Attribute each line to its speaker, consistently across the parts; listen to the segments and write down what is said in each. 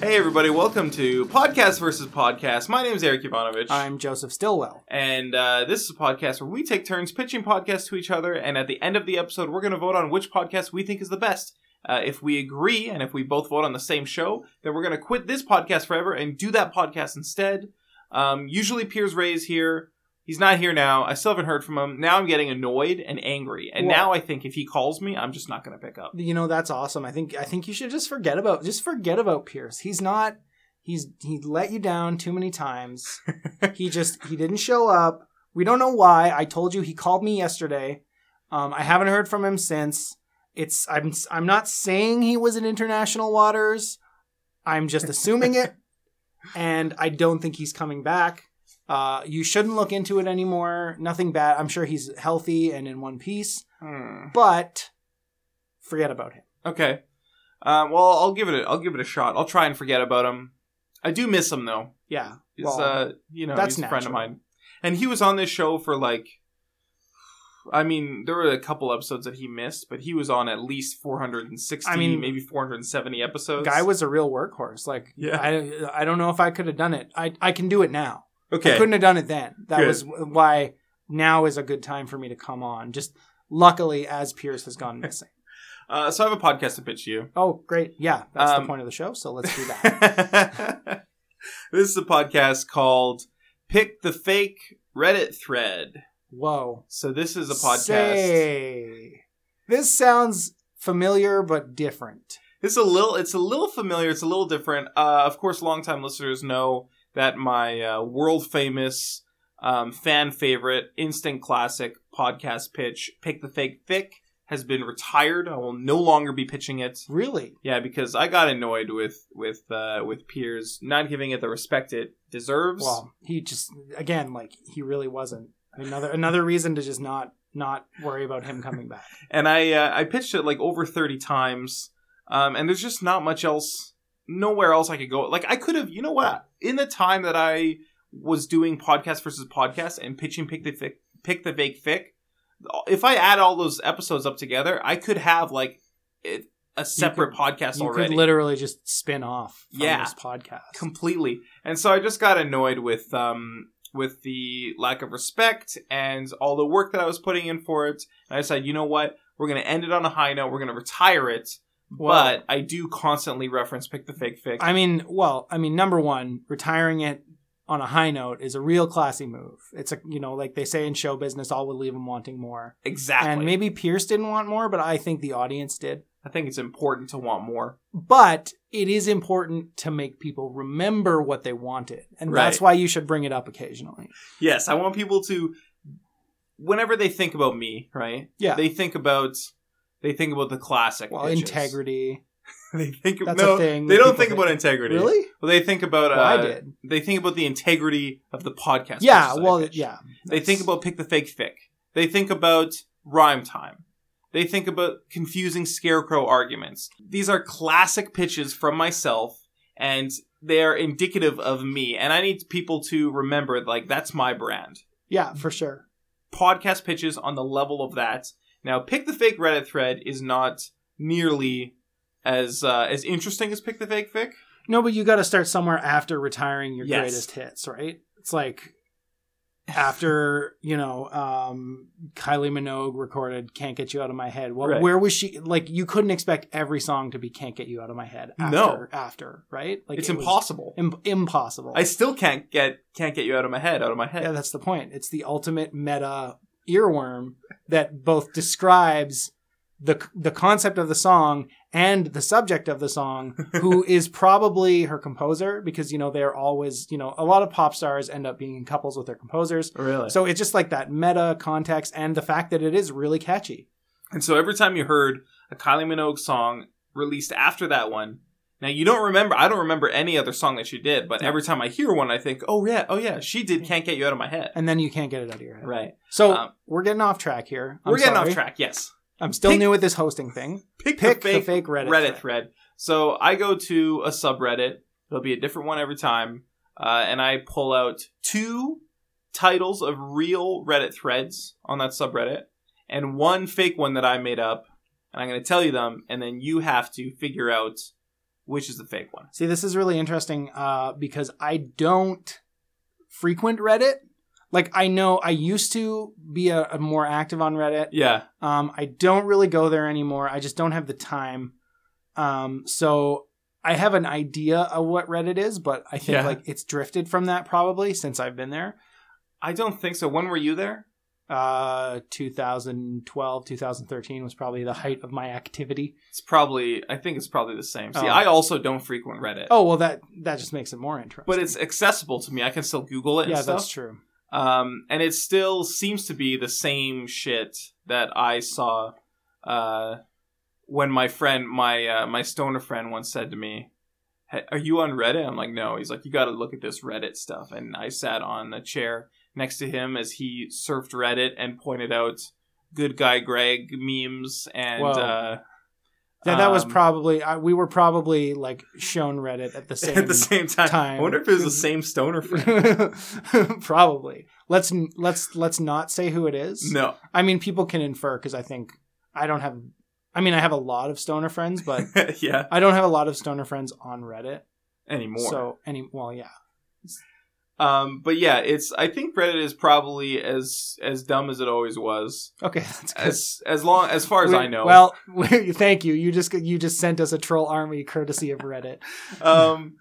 Speaker 1: Hey everybody, welcome to Podcast versus Podcast. My name is Eric Ivanovich.
Speaker 2: I'm Joseph Stillwell.
Speaker 1: and uh, this is a podcast where we take turns pitching podcasts to each other, and at the end of the episode, we're going to vote on which podcast we think is the best. Uh, if we agree, and if we both vote on the same show, then we're going to quit this podcast forever and do that podcast instead. Um, usually, Piers Ray is here. He's not here now. I still haven't heard from him. Now I'm getting annoyed and angry, and
Speaker 2: Well-
Speaker 1: now I think if he calls me, I'm just not going to pick up.
Speaker 2: You know that's awesome. I think I think you should just forget about just forget about Pierce. He's not. He's he let you down too many times. he just he didn't show up. We don't know why. I told you he called me yesterday. Um, I haven't heard from him since. It's I'm I'm not saying he was in international waters. I'm just assuming it, and I don't think he's coming back. Uh, you shouldn't look into it anymore. Nothing bad. I'm sure he's healthy and in one piece.
Speaker 1: Hmm.
Speaker 2: but forget about him.
Speaker 1: Okay. Uh, well, I'll give it. A, I'll give it a shot. I'll try and forget about him. I do miss him though.
Speaker 2: Yeah.
Speaker 1: He's
Speaker 2: Well,
Speaker 1: uh, you know,
Speaker 2: that's
Speaker 1: he's a friend of
Speaker 2: natural.
Speaker 1: mine, and he was on this show for like, I mean, there were a couple episodes that he missed, but he was on at least 460,
Speaker 2: I mean,
Speaker 1: maybe 470 episodes.
Speaker 2: guy was a real workhorse. Like
Speaker 1: Yeah.
Speaker 2: I I don't know if I could have done it. I I can do it now. I
Speaker 1: okay.
Speaker 2: couldn't have done it then. That
Speaker 1: Good.
Speaker 2: was why now is a good time for me to come on. Just luckily as Pierce has gone missing.
Speaker 1: Uh, so I have a podcast to pitch you.
Speaker 2: oh, great. Yeah, that's
Speaker 1: Um,
Speaker 2: the point of the show, so let's do that.
Speaker 1: this is a podcast called "Pick the Fake Reddit Thread."
Speaker 2: Whoa.
Speaker 1: So this is a podcast.
Speaker 2: Say. This sounds familiar but different.
Speaker 1: It's a little. It's a little familiar. It's a little different. Uh, of course, longtime listeners know that my uh, world famous, um, fan favorite, instant classic podcast pitch, "Pick the Fake Thick," has been retired. I will no longer be pitching it.
Speaker 2: Really?
Speaker 1: Yeah, because I got annoyed with with uh, with peers not giving it the respect it deserves.
Speaker 2: Well, he just again like he really wasn't another another reason to just not not worry about him coming back.
Speaker 1: and I uh, I pitched it like over thirty times, um, and there's just not much else, nowhere else I could go. Like I could have, you know what? In the time that I was doing podcast versus podcast and pitching pick the fic, pick the vague fic, if I add all those episodes up together, I could have like it, a separate podcast
Speaker 2: you
Speaker 1: already.
Speaker 2: could literally just spin off from
Speaker 1: Yeah.
Speaker 2: this podcast.
Speaker 1: completely and so i just got annoyed with um with the lack of respect and all the work that i was putting in for it and i decided you know what we're going to end it on a high note we're going to retire it
Speaker 2: Well-
Speaker 1: but i do constantly reference pick the fake fix
Speaker 2: I mean, well, I mean, number one, retiring it on a high note is a real classy move. It's a you know, like they say in show business, all would leave him wanting more.
Speaker 1: exactly
Speaker 2: And maybe Pierce didn't want more, but I think the audience did.
Speaker 1: i think it's important to want more
Speaker 2: But it is important to make people remember what they wanted. And that's
Speaker 1: Right.
Speaker 2: why you should bring it up occasionally.
Speaker 1: yes i want people to whenever they think about me right
Speaker 2: Yeah.
Speaker 1: they think about they think about the classic
Speaker 2: well,
Speaker 1: bitches.
Speaker 2: integrity.
Speaker 1: they think
Speaker 2: That's
Speaker 1: no,
Speaker 2: a thing.
Speaker 1: they
Speaker 2: that
Speaker 1: don't
Speaker 2: people
Speaker 1: think about integrity
Speaker 2: Really?
Speaker 1: well they think about uh,
Speaker 2: Well, I did.
Speaker 1: they think about the integrity of the podcast.
Speaker 2: Yeah.
Speaker 1: versus
Speaker 2: Well,
Speaker 1: I pitch.
Speaker 2: yeah.
Speaker 1: They think about pick the fake fic. They think about rhyme time. They think about confusing scarecrow arguments. These are classic pitches from myself, and they are indicative of me. And I need people to remember, like, that's my brand.
Speaker 2: Yeah, for sure.
Speaker 1: Podcast pitches on the level of that. Now, pick the fake Reddit thread is not nearly as uh, as interesting as pick the fake fic.
Speaker 2: No, but you got to start somewhere after retiring your
Speaker 1: Yes.
Speaker 2: greatest hits, right? It's like after you know um, Kylie Minogue recorded "Can't Get You Out of My Head." Well,
Speaker 1: Right.
Speaker 2: where was she? Like, you couldn't expect every song to be "Can't Get You Out of My Head." After,
Speaker 1: No.
Speaker 2: after right? Like
Speaker 1: it's
Speaker 2: it was
Speaker 1: impossible.
Speaker 2: im- impossible.
Speaker 1: I still can't get can't get you out of my head, out of my head.
Speaker 2: yeah, that's the point. It's the ultimate meta earworm that both describes the the concept of the song and the subject of the song, who is probably her composer, because you know they're always you know a lot of pop stars end up being in couples with their composers.
Speaker 1: Oh, Really?
Speaker 2: So it's just like that meta context and the fact that it is really catchy.
Speaker 1: and so every time you heard a Kylie Minogue song released after that one, now you don't remember. I don't remember any other song that she did, but every time I hear one, I think, oh yeah, oh yeah, she did. Can't get you out of my head.
Speaker 2: And then you can't get it out of your head.
Speaker 1: Right.
Speaker 2: So
Speaker 1: Um,
Speaker 2: we're getting off track here. I'm
Speaker 1: We're getting
Speaker 2: sorry.
Speaker 1: off track. Yes.
Speaker 2: I'm still
Speaker 1: Pick-
Speaker 2: new with this hosting thing.
Speaker 1: Pick,
Speaker 2: Pick
Speaker 1: the fake,
Speaker 2: Reddit,
Speaker 1: Reddit, thread. So I go to a subreddit. There'll be a different one every time, uh, and I pull out two titles of real Reddit threads on that subreddit, and one fake one that I made up. And I'm going to tell you them, and then you have to figure out which is the fake one.
Speaker 2: See, this is really interesting uh, because I don't frequent Reddit. Like I know I used to be a, a more active on Reddit.
Speaker 1: Yeah.
Speaker 2: Um, I don't really go there anymore. I just don't have the time. Um, so I have an idea of what Reddit is, but I think
Speaker 1: Yeah.
Speaker 2: like it's drifted from that probably since I've been there.
Speaker 1: I don't think so. When were you there?
Speaker 2: Uh, 2012, 2013 was probably the height of my activity.
Speaker 1: It's probably, I think it's probably the same. See,
Speaker 2: Oh.
Speaker 1: I also don't frequent Reddit.
Speaker 2: Oh well, that that just makes it more interesting.
Speaker 1: But it's accessible to me. I can still Google it and
Speaker 2: yeah,
Speaker 1: stuff.
Speaker 2: that's true.
Speaker 1: Um, and it still seems to be the same shit that I saw uh, when my friend, my uh, my stoner friend, once said to me, "Hey, "Are you on Reddit?" I'm like, "No." He's like, "You got to look at this Reddit stuff." And I sat on a chair next to him as he surfed Reddit and pointed out good guy Greg memes and
Speaker 2: Whoa.
Speaker 1: uh,
Speaker 2: Yeah, that was
Speaker 1: um,
Speaker 2: probably I, we were probably like shown Reddit at the same.
Speaker 1: at the same time.
Speaker 2: time.
Speaker 1: I wonder if it was the same stoner friend.
Speaker 2: probably. Let's n- let's let's not say who it is.
Speaker 1: no,
Speaker 2: I mean, people can infer because I think I don't have. I mean, I have a lot of stoner friends, but
Speaker 1: yeah,
Speaker 2: I don't have a lot of stoner friends on Reddit.
Speaker 1: anymore.
Speaker 2: So any well, yeah.
Speaker 1: Um, but yeah, it's I think Reddit is probably as as dumb as it always was.
Speaker 2: Okay, that's good.
Speaker 1: As as long as far as
Speaker 2: We-
Speaker 1: I know.
Speaker 2: Well, we- thank you. You just you just sent us a troll army courtesy of Reddit.
Speaker 1: um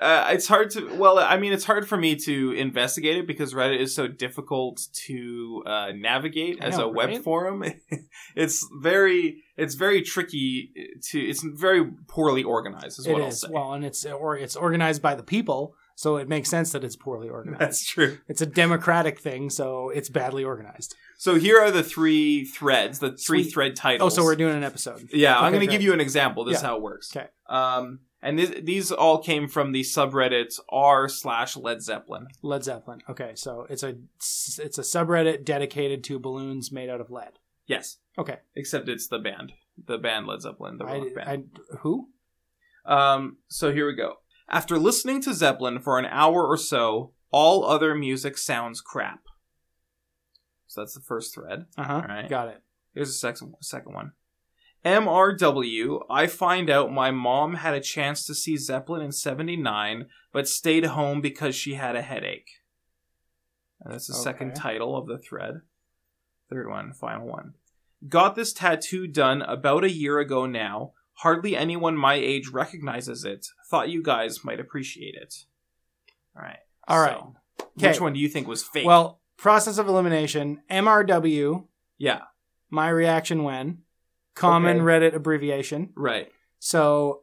Speaker 1: uh, it's hard to well I mean it's hard for me to investigate it because Reddit is so difficult to uh, navigate
Speaker 2: I
Speaker 1: as
Speaker 2: know,
Speaker 1: a web
Speaker 2: right?
Speaker 1: forum. it's very it's very tricky to it's very poorly organized is
Speaker 2: It
Speaker 1: what I'll
Speaker 2: is
Speaker 1: say.
Speaker 2: well, and it's or it's organized by the people, so it makes sense that it's poorly organized.
Speaker 1: That's true.
Speaker 2: It's a democratic thing, so it's badly organized.
Speaker 1: So here are the three threads, the three
Speaker 2: Sweet.
Speaker 1: thread titles.
Speaker 2: Oh, so we're doing an episode.
Speaker 1: Yeah, I'm
Speaker 2: Okay,
Speaker 1: going to
Speaker 2: great.
Speaker 1: give you an example. This is
Speaker 2: Yeah.
Speaker 1: how it works.
Speaker 2: Okay.
Speaker 1: Um, and this, these all came from the subreddit r slash Led Zeppelin.
Speaker 2: Led Zeppelin. Okay, so it's a it's a subreddit dedicated to balloons made out of lead.
Speaker 1: Yes.
Speaker 2: Okay.
Speaker 1: Except it's the band, the band Led Zeppelin, the rock
Speaker 2: I,
Speaker 1: band.
Speaker 2: I, who?
Speaker 1: Um, so here we go. After listening to Zeppelin for an hour or so, all other music sounds crap. So that's the first thread.
Speaker 2: Uh huh.
Speaker 1: All right.
Speaker 2: Got it.
Speaker 1: Here's the second second one. MRW, I find out my mom had a chance to see Zeppelin in 79, but stayed home because she had a headache. And that's the second
Speaker 2: Okay.
Speaker 1: title of the thread. Third one, final one. Got this tattoo done about a year ago now. Hardly anyone my age recognizes it. Thought you guys might appreciate it. All right.
Speaker 2: All right.
Speaker 1: So,
Speaker 2: Okay.
Speaker 1: Which one do you think was fake?
Speaker 2: Well, process of elimination. MRW.
Speaker 1: Yeah.
Speaker 2: My reaction when. Common
Speaker 1: Okay.
Speaker 2: Reddit abbreviation.
Speaker 1: right.
Speaker 2: So,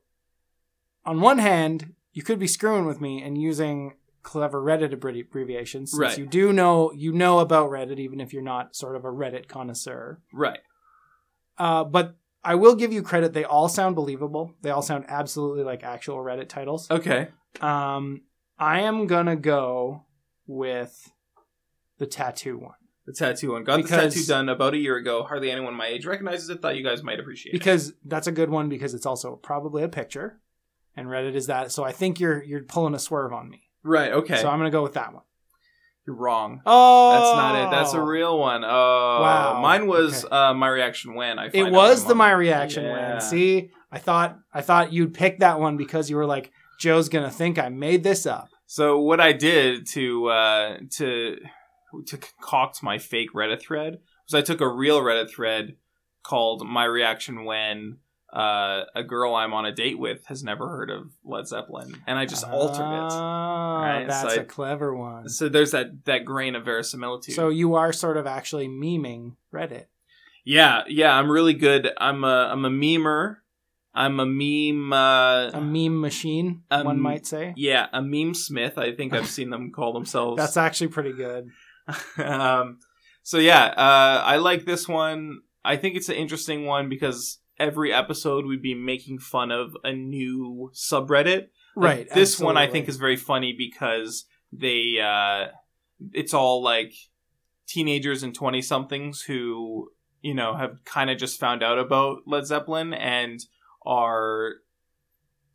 Speaker 2: on one hand, you could be screwing with me and using clever Reddit abbrevi- abbreviations since
Speaker 1: Right.
Speaker 2: you do know you know about Reddit even if you're not sort of a Reddit connoisseur.
Speaker 1: Right.
Speaker 2: Uh, but I will give you credit. They all sound believable. They all sound absolutely like actual Reddit titles.
Speaker 1: Okay.
Speaker 2: Um, I am gonna go with the tattoo one
Speaker 1: the tattoo one. Got
Speaker 2: Because-
Speaker 1: the tattoo done about a year ago. Hardly anyone my age recognizes it. Thought you guys might appreciate it.
Speaker 2: because that's a good one because it's also probably a picture, and Reddit is that. So I think you're you're pulling a swerve on me.
Speaker 1: Right. Okay.
Speaker 2: So I'm gonna go with that one.
Speaker 1: You're wrong.
Speaker 2: Oh,
Speaker 1: That's not it. That's a real one. Oh,
Speaker 2: Wow.
Speaker 1: mine was
Speaker 2: Okay.
Speaker 1: uh, my reaction when I. find
Speaker 2: It
Speaker 1: out
Speaker 2: was
Speaker 1: my
Speaker 2: the
Speaker 1: mom-
Speaker 2: my reaction
Speaker 1: Yeah.
Speaker 2: one. See, I thought I thought you'd pick that one because you were like Joe's gonna think I made this up.
Speaker 1: So what I did to uh, to to concoct my fake Reddit thread was I took a real Reddit thread called "My Reaction When." Uh, a girl I'm on a date with has never heard of Led Zeppelin, and I just altered
Speaker 2: Oh,
Speaker 1: Right,
Speaker 2: that's
Speaker 1: so I-
Speaker 2: a clever one.
Speaker 1: it. So there's that that grain of verisimilitude.
Speaker 2: So you are sort of actually memeing Reddit.
Speaker 1: Yeah, yeah, I'm really good. I'm a I'm a memer. I'm a meme.
Speaker 2: A
Speaker 1: Uh,
Speaker 2: meme machine,
Speaker 1: Um,
Speaker 2: one might say.
Speaker 1: yeah, a meme smith. I think I've seen them call themselves.
Speaker 2: That's actually pretty good.
Speaker 1: um, so yeah, uh, I like this one. I think it's an interesting one because every episode we'd be making fun of a new subreddit. Like,
Speaker 2: Right.
Speaker 1: this one I
Speaker 2: absolutely.
Speaker 1: think is very funny because they uh it's all like teenagers and 20 somethings who, you know, have kind of just found out about Led Zeppelin and are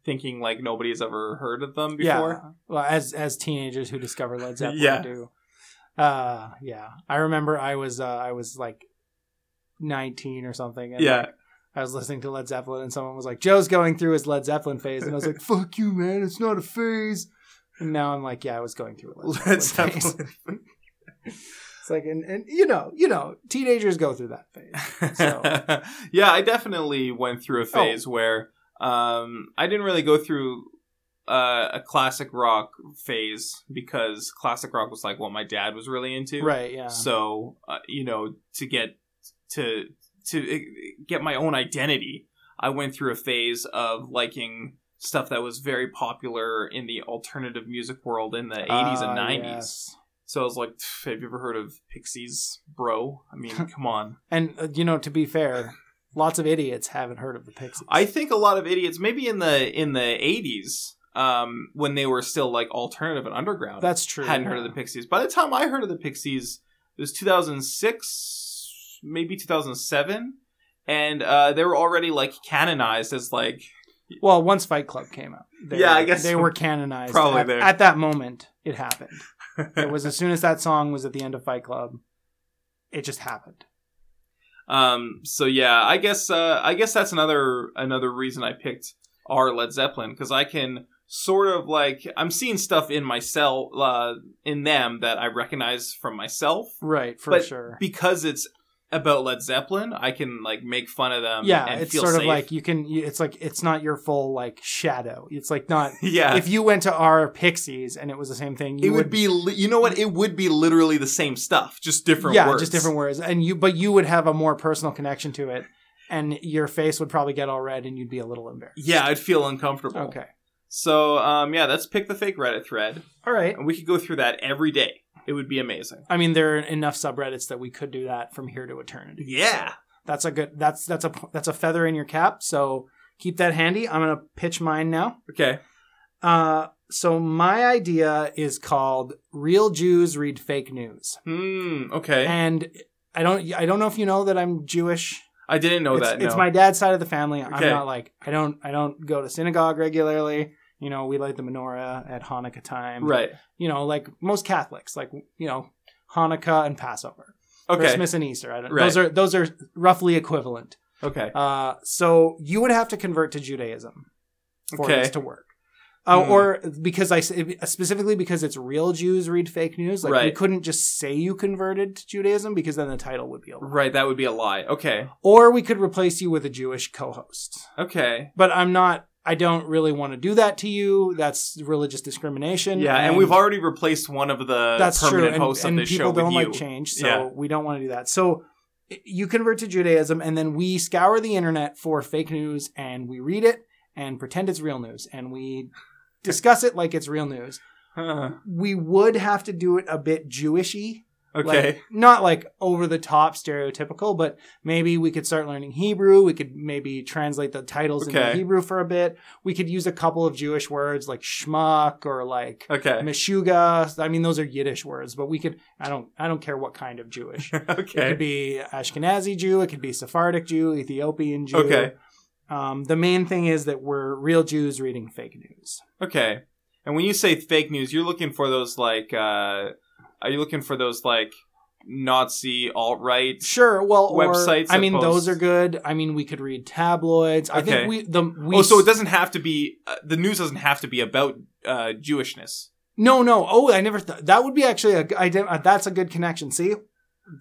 Speaker 1: thinking like nobody has ever heard of them before.
Speaker 2: Yeah. Well, as as teenagers who discover Led Zeppelin
Speaker 1: Yeah.
Speaker 2: do. Uh yeah. I remember I was uh, I was like 19 or something and
Speaker 1: Yeah.
Speaker 2: like, I was listening to Led Zeppelin and someone was like, Joe's going through his Led Zeppelin phase. And I was like, fuck you, man. It's not a phase. And now I'm like, yeah, I was going through a Led Zeppelin,
Speaker 1: Led
Speaker 2: phase.
Speaker 1: Zeppelin.
Speaker 2: It's like, and, and you know, you know, teenagers go through that phase. So- Oh.
Speaker 1: yeah, I definitely went through a phase where um, I didn't really go through uh, a classic rock phase because classic rock was like what my dad was really into.
Speaker 2: Right. Yeah.
Speaker 1: So uh, you know, to get to to uh, get my own identity, I went through a phase of liking stuff that was very popular in the alternative music world in the 80s and
Speaker 2: Ah,
Speaker 1: 90s.
Speaker 2: yes.
Speaker 1: So I was like, "Pff, have you ever heard of Pixies, bro? I mean, come on.
Speaker 2: And, uh, you know, to be fair, lots of idiots haven't heard of the Pixies.
Speaker 1: I think a lot of idiots, maybe in the in the eighties, um, when they were still like alternative and underground,
Speaker 2: That's true.
Speaker 1: hadn't heard of the Pixies. By the time I heard of the Pixies, it was two thousand six, maybe two thousand seven, and uh, they were already like canonized as like
Speaker 2: Well, once Fight Club came out, they
Speaker 1: Yeah,
Speaker 2: were,
Speaker 1: I guess
Speaker 2: they were canonized.
Speaker 1: probably
Speaker 2: at,
Speaker 1: there.
Speaker 2: at that moment. It happened. It was as soon as that song was at the end of Fight Club, it just happened.
Speaker 1: Um, so yeah, I guess uh, I guess that's another another reason I picked our Led Zeppelin because I can sort of like I'm seeing stuff in myself uh, in them that I recognize from myself.
Speaker 2: Right, for
Speaker 1: But
Speaker 2: sure.
Speaker 1: because it's about Led Zeppelin, I can like make fun of them.
Speaker 2: yeah,
Speaker 1: um, and
Speaker 2: it's
Speaker 1: feel
Speaker 2: sort
Speaker 1: safe.
Speaker 2: of like you can. you- It's like it's not your full like shadow. It's like not.
Speaker 1: yeah.
Speaker 2: If you went to our Pixies and it was the same thing, you
Speaker 1: Uh, it would be, li- you know what? It would be literally the same stuff, just different
Speaker 2: yeah,
Speaker 1: words.
Speaker 2: just different words. And you, but you would have a more personal connection to it, and your face would probably get all red, and you'd be a little embarrassed.
Speaker 1: Yeah, I'd feel uncomfortable.
Speaker 2: Okay.
Speaker 1: So, um, yeah, that's pick the fake Reddit thread,
Speaker 2: All right.
Speaker 1: and we could go through that every day. It would be amazing.
Speaker 2: I mean, there are enough subreddits that we could do that from here to eternity.
Speaker 1: Yeah.
Speaker 2: That's a good. That's that's a that's a feather in your cap. So keep that handy. I'm gonna pitch mine now.
Speaker 1: Okay.
Speaker 2: Uh, so my idea is called "Real Jews Read Fake News,"
Speaker 1: Hmm. Okay.
Speaker 2: and I don't I don't know if you know that I'm Jewish.
Speaker 1: I didn't know
Speaker 2: it's,
Speaker 1: that. No.
Speaker 2: it's my dad's side of the family. I'm
Speaker 1: Okay.
Speaker 2: not like I don't I don't go to synagogue regularly. You know, we light the menorah at Hanukkah time.
Speaker 1: right.
Speaker 2: You know, like most Catholics, like you know, Hanukkah and Passover,
Speaker 1: Okay.
Speaker 2: Christmas and Easter. I don't,
Speaker 1: Right.
Speaker 2: Those are those are roughly equivalent.
Speaker 1: Okay.
Speaker 2: Uh, so you would have to convert to Judaism for
Speaker 1: Okay.
Speaker 2: this to work. Uh,
Speaker 1: Hmm.
Speaker 2: Or because I s- specifically because it's real Jews read fake news. Like we
Speaker 1: Right.
Speaker 2: couldn't just say you converted to Judaism because then the title would be over.
Speaker 1: Right. That would be a lie. Okay.
Speaker 2: Or we could replace you with a Jewish co-host.
Speaker 1: Okay.
Speaker 2: But I'm not. I don't really want to do that to you. That's religious discrimination.
Speaker 1: Yeah, and, we've already replaced one of the
Speaker 2: that's true.
Speaker 1: permanent
Speaker 2: And,
Speaker 1: hosts
Speaker 2: and
Speaker 1: of this
Speaker 2: people
Speaker 1: show
Speaker 2: don't
Speaker 1: with
Speaker 2: like
Speaker 1: you.
Speaker 2: change, so
Speaker 1: Yeah.
Speaker 2: we don't want to do that. So i- you convert to Judaism, and then we scour the internet for fake news, and we read it and pretend it's real news, and we discuss it like it's real news.
Speaker 1: Huh.
Speaker 2: We would have to do it a bit Jewishy,
Speaker 1: Okay.
Speaker 2: like, not like over the top stereotypical, but maybe we could start learning Hebrew. We could maybe translate the titles into
Speaker 1: Okay.
Speaker 2: Hebrew for a bit. We could use a couple of Jewish words like schmuck or like
Speaker 1: okay.
Speaker 2: Meshuga. I mean, those are Yiddish words, but we could. I don't. I don't care what kind of Jewish. It could
Speaker 1: okay.
Speaker 2: be Ashkenazi Jew. It could be Sephardic Jew, Ethiopian Jew.
Speaker 1: Okay.
Speaker 2: Um, the main thing is that we're real Jews reading fake news.
Speaker 1: Okay. And when you say fake news, you're looking for those like uh are you looking for those like Nazi alt right?
Speaker 2: Sure. Well, or-
Speaker 1: Websites
Speaker 2: I
Speaker 1: that
Speaker 2: mean,
Speaker 1: post-
Speaker 2: those are good. I mean, we could read tabloids. I
Speaker 1: Okay.
Speaker 2: think we the we.
Speaker 1: Oh, so it doesn't have to be uh, the news doesn't have to be about uh Jewishness.
Speaker 2: No, no. Oh, I never thought that would be actually a. I didn't, uh, that's a good connection. See,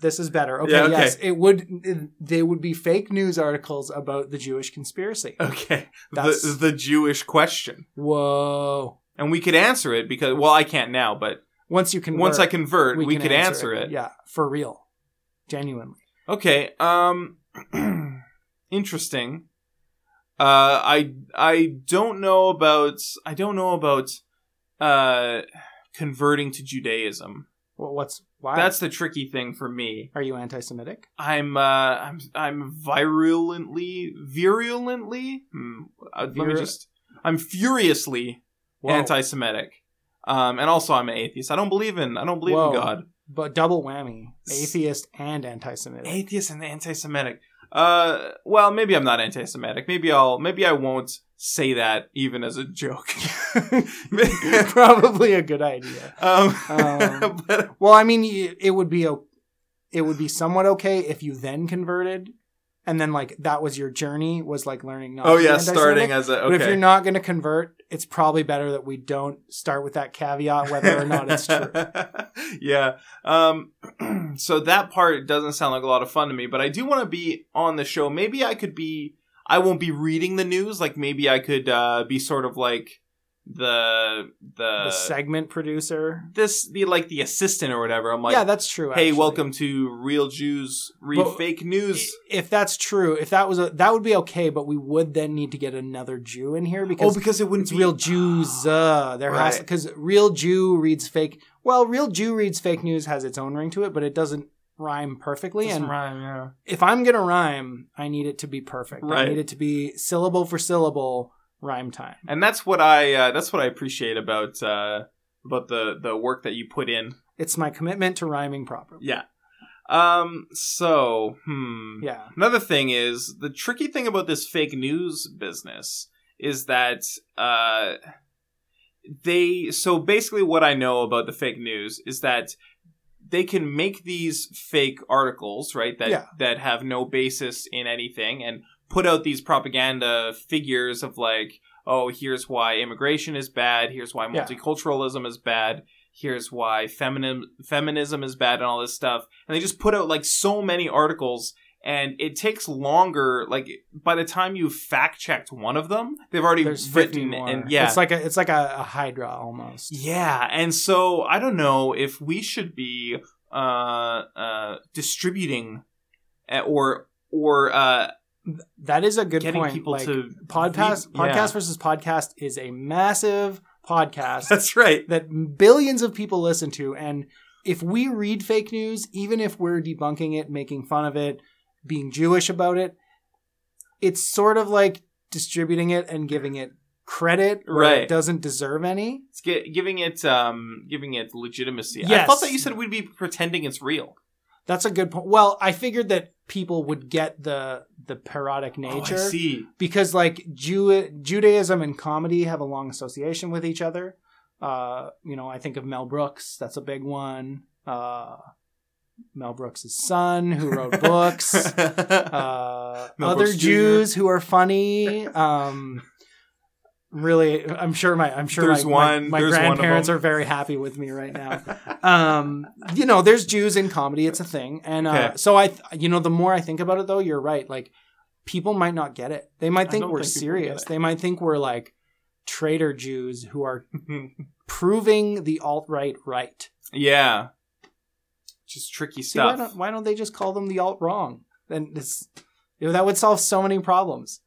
Speaker 2: this is better. Okay,
Speaker 1: Yeah, okay.
Speaker 2: yes, it would. It, they would be fake news articles about the Jewish conspiracy.
Speaker 1: Okay. The
Speaker 2: That's-
Speaker 1: the Jewish question.
Speaker 2: Whoa.
Speaker 1: And we could answer it because well, I can't now, but
Speaker 2: Once you can,
Speaker 1: once I convert, we, could answer, it.
Speaker 2: Yeah, for real, genuinely.
Speaker 1: Okay. Um interesting. Uh I I don't know about I don't know about uh converting to Judaism.
Speaker 2: Well, what's why?
Speaker 1: That's the tricky thing for me.
Speaker 2: are you anti-Semitic?
Speaker 1: I'm uh I'm I'm virulently virulently hmm, uh, let me
Speaker 2: Vir-
Speaker 1: just I'm furiously
Speaker 2: Whoa.
Speaker 1: anti-Semitic. Um and also I'm an atheist. I don't believe in I don't believe
Speaker 2: Whoa.
Speaker 1: in God.
Speaker 2: but double whammy: atheist and anti-Semitic.
Speaker 1: atheist and anti-Semitic. Uh, well, maybe I'm not anti-Semitic. Maybe I'll, maybe I won't say that even as a joke.
Speaker 2: Probably a good idea.
Speaker 1: um,
Speaker 2: Um,
Speaker 1: but
Speaker 2: Well, I mean, y- it would be o- it would be somewhat okay if you then converted and then like that was your journey was like learning not
Speaker 1: oh
Speaker 2: to be
Speaker 1: yeah,
Speaker 2: anti-Semitic.
Speaker 1: starting as a
Speaker 2: But if you're
Speaker 1: okay.
Speaker 2: not going to convert, it's probably better that we don't start with that caveat, whether or not it's true.
Speaker 1: yeah. Um, so that part doesn't sound like a lot of fun to me, but I do want to be on the show. Maybe I could be. I won't be reading the news. Like maybe I could uh, be sort of like the
Speaker 2: the
Speaker 1: the,
Speaker 2: segment producer.
Speaker 1: this the like the assistant or whatever. I'm like,
Speaker 2: yeah, that's true.
Speaker 1: hey,
Speaker 2: actually.
Speaker 1: welcome to Real Jews Read
Speaker 2: But-
Speaker 1: Fake
Speaker 2: I-
Speaker 1: News.
Speaker 2: If that's true, if that was a, that would be okay, but we would then need to get another Jew in here because
Speaker 1: Oh, because it wouldn't
Speaker 2: it's real Jews. Uh, there has
Speaker 1: Right.
Speaker 2: because real Jew reads fake. Well, real Jew reads fake news has its own ring to it, but it doesn't rhyme perfectly.
Speaker 1: Doesn't
Speaker 2: and
Speaker 1: rhyme, yeah.
Speaker 2: if I'm gonna rhyme, I need it to be perfect. I
Speaker 1: Right.
Speaker 2: need it to be syllable for syllable rhyme time.
Speaker 1: and that's what I uh, that's what I appreciate about uh, about the the work that you put in.
Speaker 2: It's my commitment to rhyming properly.
Speaker 1: Yeah. Um. So, hmm.
Speaker 2: Yeah.
Speaker 1: Another thing is the tricky thing about this fake news business is that uh, they. So basically, what I know about the fake news is that they can make these fake articles, right? That
Speaker 2: Yeah.
Speaker 1: that have no basis in anything, and put out these propaganda figures of like, oh, here's why immigration is bad. Here's why
Speaker 2: Yeah.
Speaker 1: multiculturalism is bad. Here's why feminism feminism is bad, and all this stuff. And they just put out like so many articles and it takes longer like by the time you fact checked one of them they've already
Speaker 2: There's fifty
Speaker 1: written
Speaker 2: more.
Speaker 1: and yeah
Speaker 2: It's like a it's like a, a hydra almost.
Speaker 1: yeah and so i don't know if we should be uh uh distributing uh, or or uh
Speaker 2: That is a good
Speaker 1: getting
Speaker 2: point.
Speaker 1: people
Speaker 2: like
Speaker 1: to
Speaker 2: podcast
Speaker 1: read- yeah.
Speaker 2: podcast versus podcast is a massive podcast
Speaker 1: that's right
Speaker 2: that billions of people listen to and if we read fake news even if we're debunking it making fun of it being jewish about it it's sort of like distributing it and giving it credit where
Speaker 1: Right.
Speaker 2: it doesn't deserve any
Speaker 1: it's gi- giving it um giving it legitimacy i
Speaker 2: Yes.
Speaker 1: thought that you said we'd be pretending it's real
Speaker 2: that's a good point well i figured that people would get the the parodic nature
Speaker 1: oh, i see
Speaker 2: because like Jew- Judaism and comedy have a long association with each other. Uh, you know, I think of Mel Brooks. That's a big one. Uh, Mel Brooks' son, who wrote books. Uh,
Speaker 1: Mel
Speaker 2: other
Speaker 1: Brooks Jr.
Speaker 2: Jews who are funny. Um, really, I'm sure my I'm sure
Speaker 1: There's
Speaker 2: my, my-
Speaker 1: one-
Speaker 2: my
Speaker 1: there's one of
Speaker 2: grandparents
Speaker 1: them.
Speaker 2: are very happy with me right now um you know there's jews in comedy it's a thing and uh,
Speaker 1: Okay.
Speaker 2: so i th- you know the more i think about it though you're right like people might not get it they might
Speaker 1: I
Speaker 2: think
Speaker 1: don't
Speaker 2: we're
Speaker 1: think people get
Speaker 2: serious
Speaker 1: it.
Speaker 2: they might think we're like traitor jews who are proving the alt-right right
Speaker 1: yeah just tricky
Speaker 2: see why
Speaker 1: stuff
Speaker 2: don't, why don't they just call them the alt-wrong then it's you know, that would solve so many problems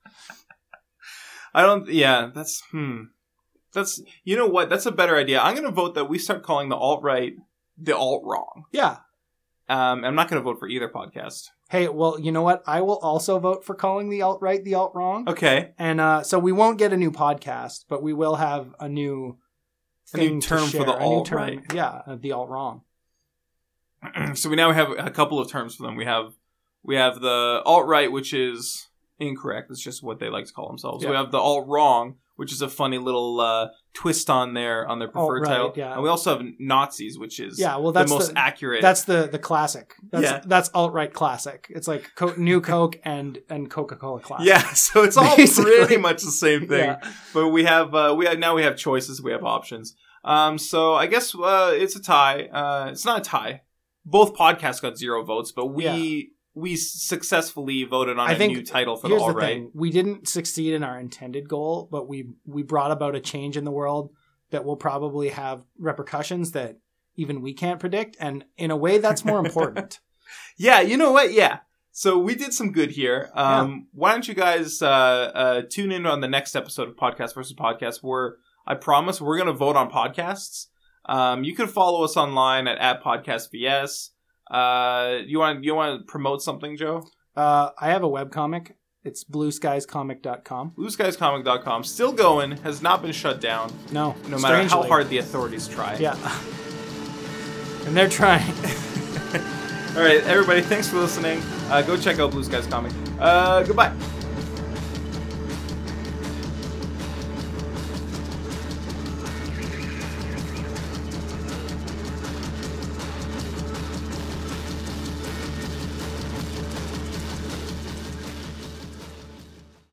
Speaker 1: I don't. Yeah, that's hmm. That's you know what? That's a better idea. I'm gonna vote that we start calling the alt right the alt wrong.
Speaker 2: yeah
Speaker 1: Um, I'm not gonna vote for either podcast.
Speaker 2: hey well you know what i will also vote for calling the alt-right the alt-wrong
Speaker 1: Okay,
Speaker 2: And uh, so we won't get a new podcast, but we will have a new
Speaker 1: A new
Speaker 2: thing to
Speaker 1: term for
Speaker 2: share,
Speaker 1: the
Speaker 2: a new
Speaker 1: alt
Speaker 2: term.
Speaker 1: right.
Speaker 2: Yeah, uh, the alt wrong.
Speaker 1: so we now have a couple of terms for them. We have we have the alt right, which is incorrect. It's just what they like to call themselves. We
Speaker 2: Yeah.
Speaker 1: have the alt wrong, which is a funny little uh, twist on their on their preferred
Speaker 2: Alt-right,
Speaker 1: title.
Speaker 2: yeah.
Speaker 1: And we also have Nazis, which is
Speaker 2: Yeah, well that's
Speaker 1: the
Speaker 2: the,
Speaker 1: most accurate.
Speaker 2: that's the the classic. That's
Speaker 1: Yeah.
Speaker 2: that's alt right classic. It's like co- new Coke and and Coca Cola classic.
Speaker 1: yeah, so it's all
Speaker 2: Basically.
Speaker 1: pretty much the same thing.
Speaker 2: Yeah.
Speaker 1: but we have uh, we have now we have choices we have options um so i guess uh, it's a tie uh it's not a tie both podcasts got zero votes but we we successfully voted on a
Speaker 2: I think-
Speaker 1: new title for the
Speaker 2: Here's
Speaker 1: all
Speaker 2: the
Speaker 1: right
Speaker 2: thing: we didn't succeed in our intended goal, but we we brought about a change in the world that will probably have repercussions that even we can't predict, and in a way, that's more important.
Speaker 1: yeah you know what yeah so we did some good here um why don't you guys uh uh tune in on the next episode of podcast versus podcast where i promise we're gonna vote on podcasts um you can follow us online at, at podcast vs uh you want you want to promote something joe
Speaker 2: uh, I have a webcomic. It's blueskiescomic.com.
Speaker 1: BlueSkiesComic.com still going, has not been shut down,
Speaker 2: No,
Speaker 1: no matter how
Speaker 2: strangely.
Speaker 1: hard the authorities try.
Speaker 2: Yeah. And they're trying.
Speaker 1: All right, everybody, thanks for listening. Uh, go check out Blue Skies Comic. Uh, goodbye.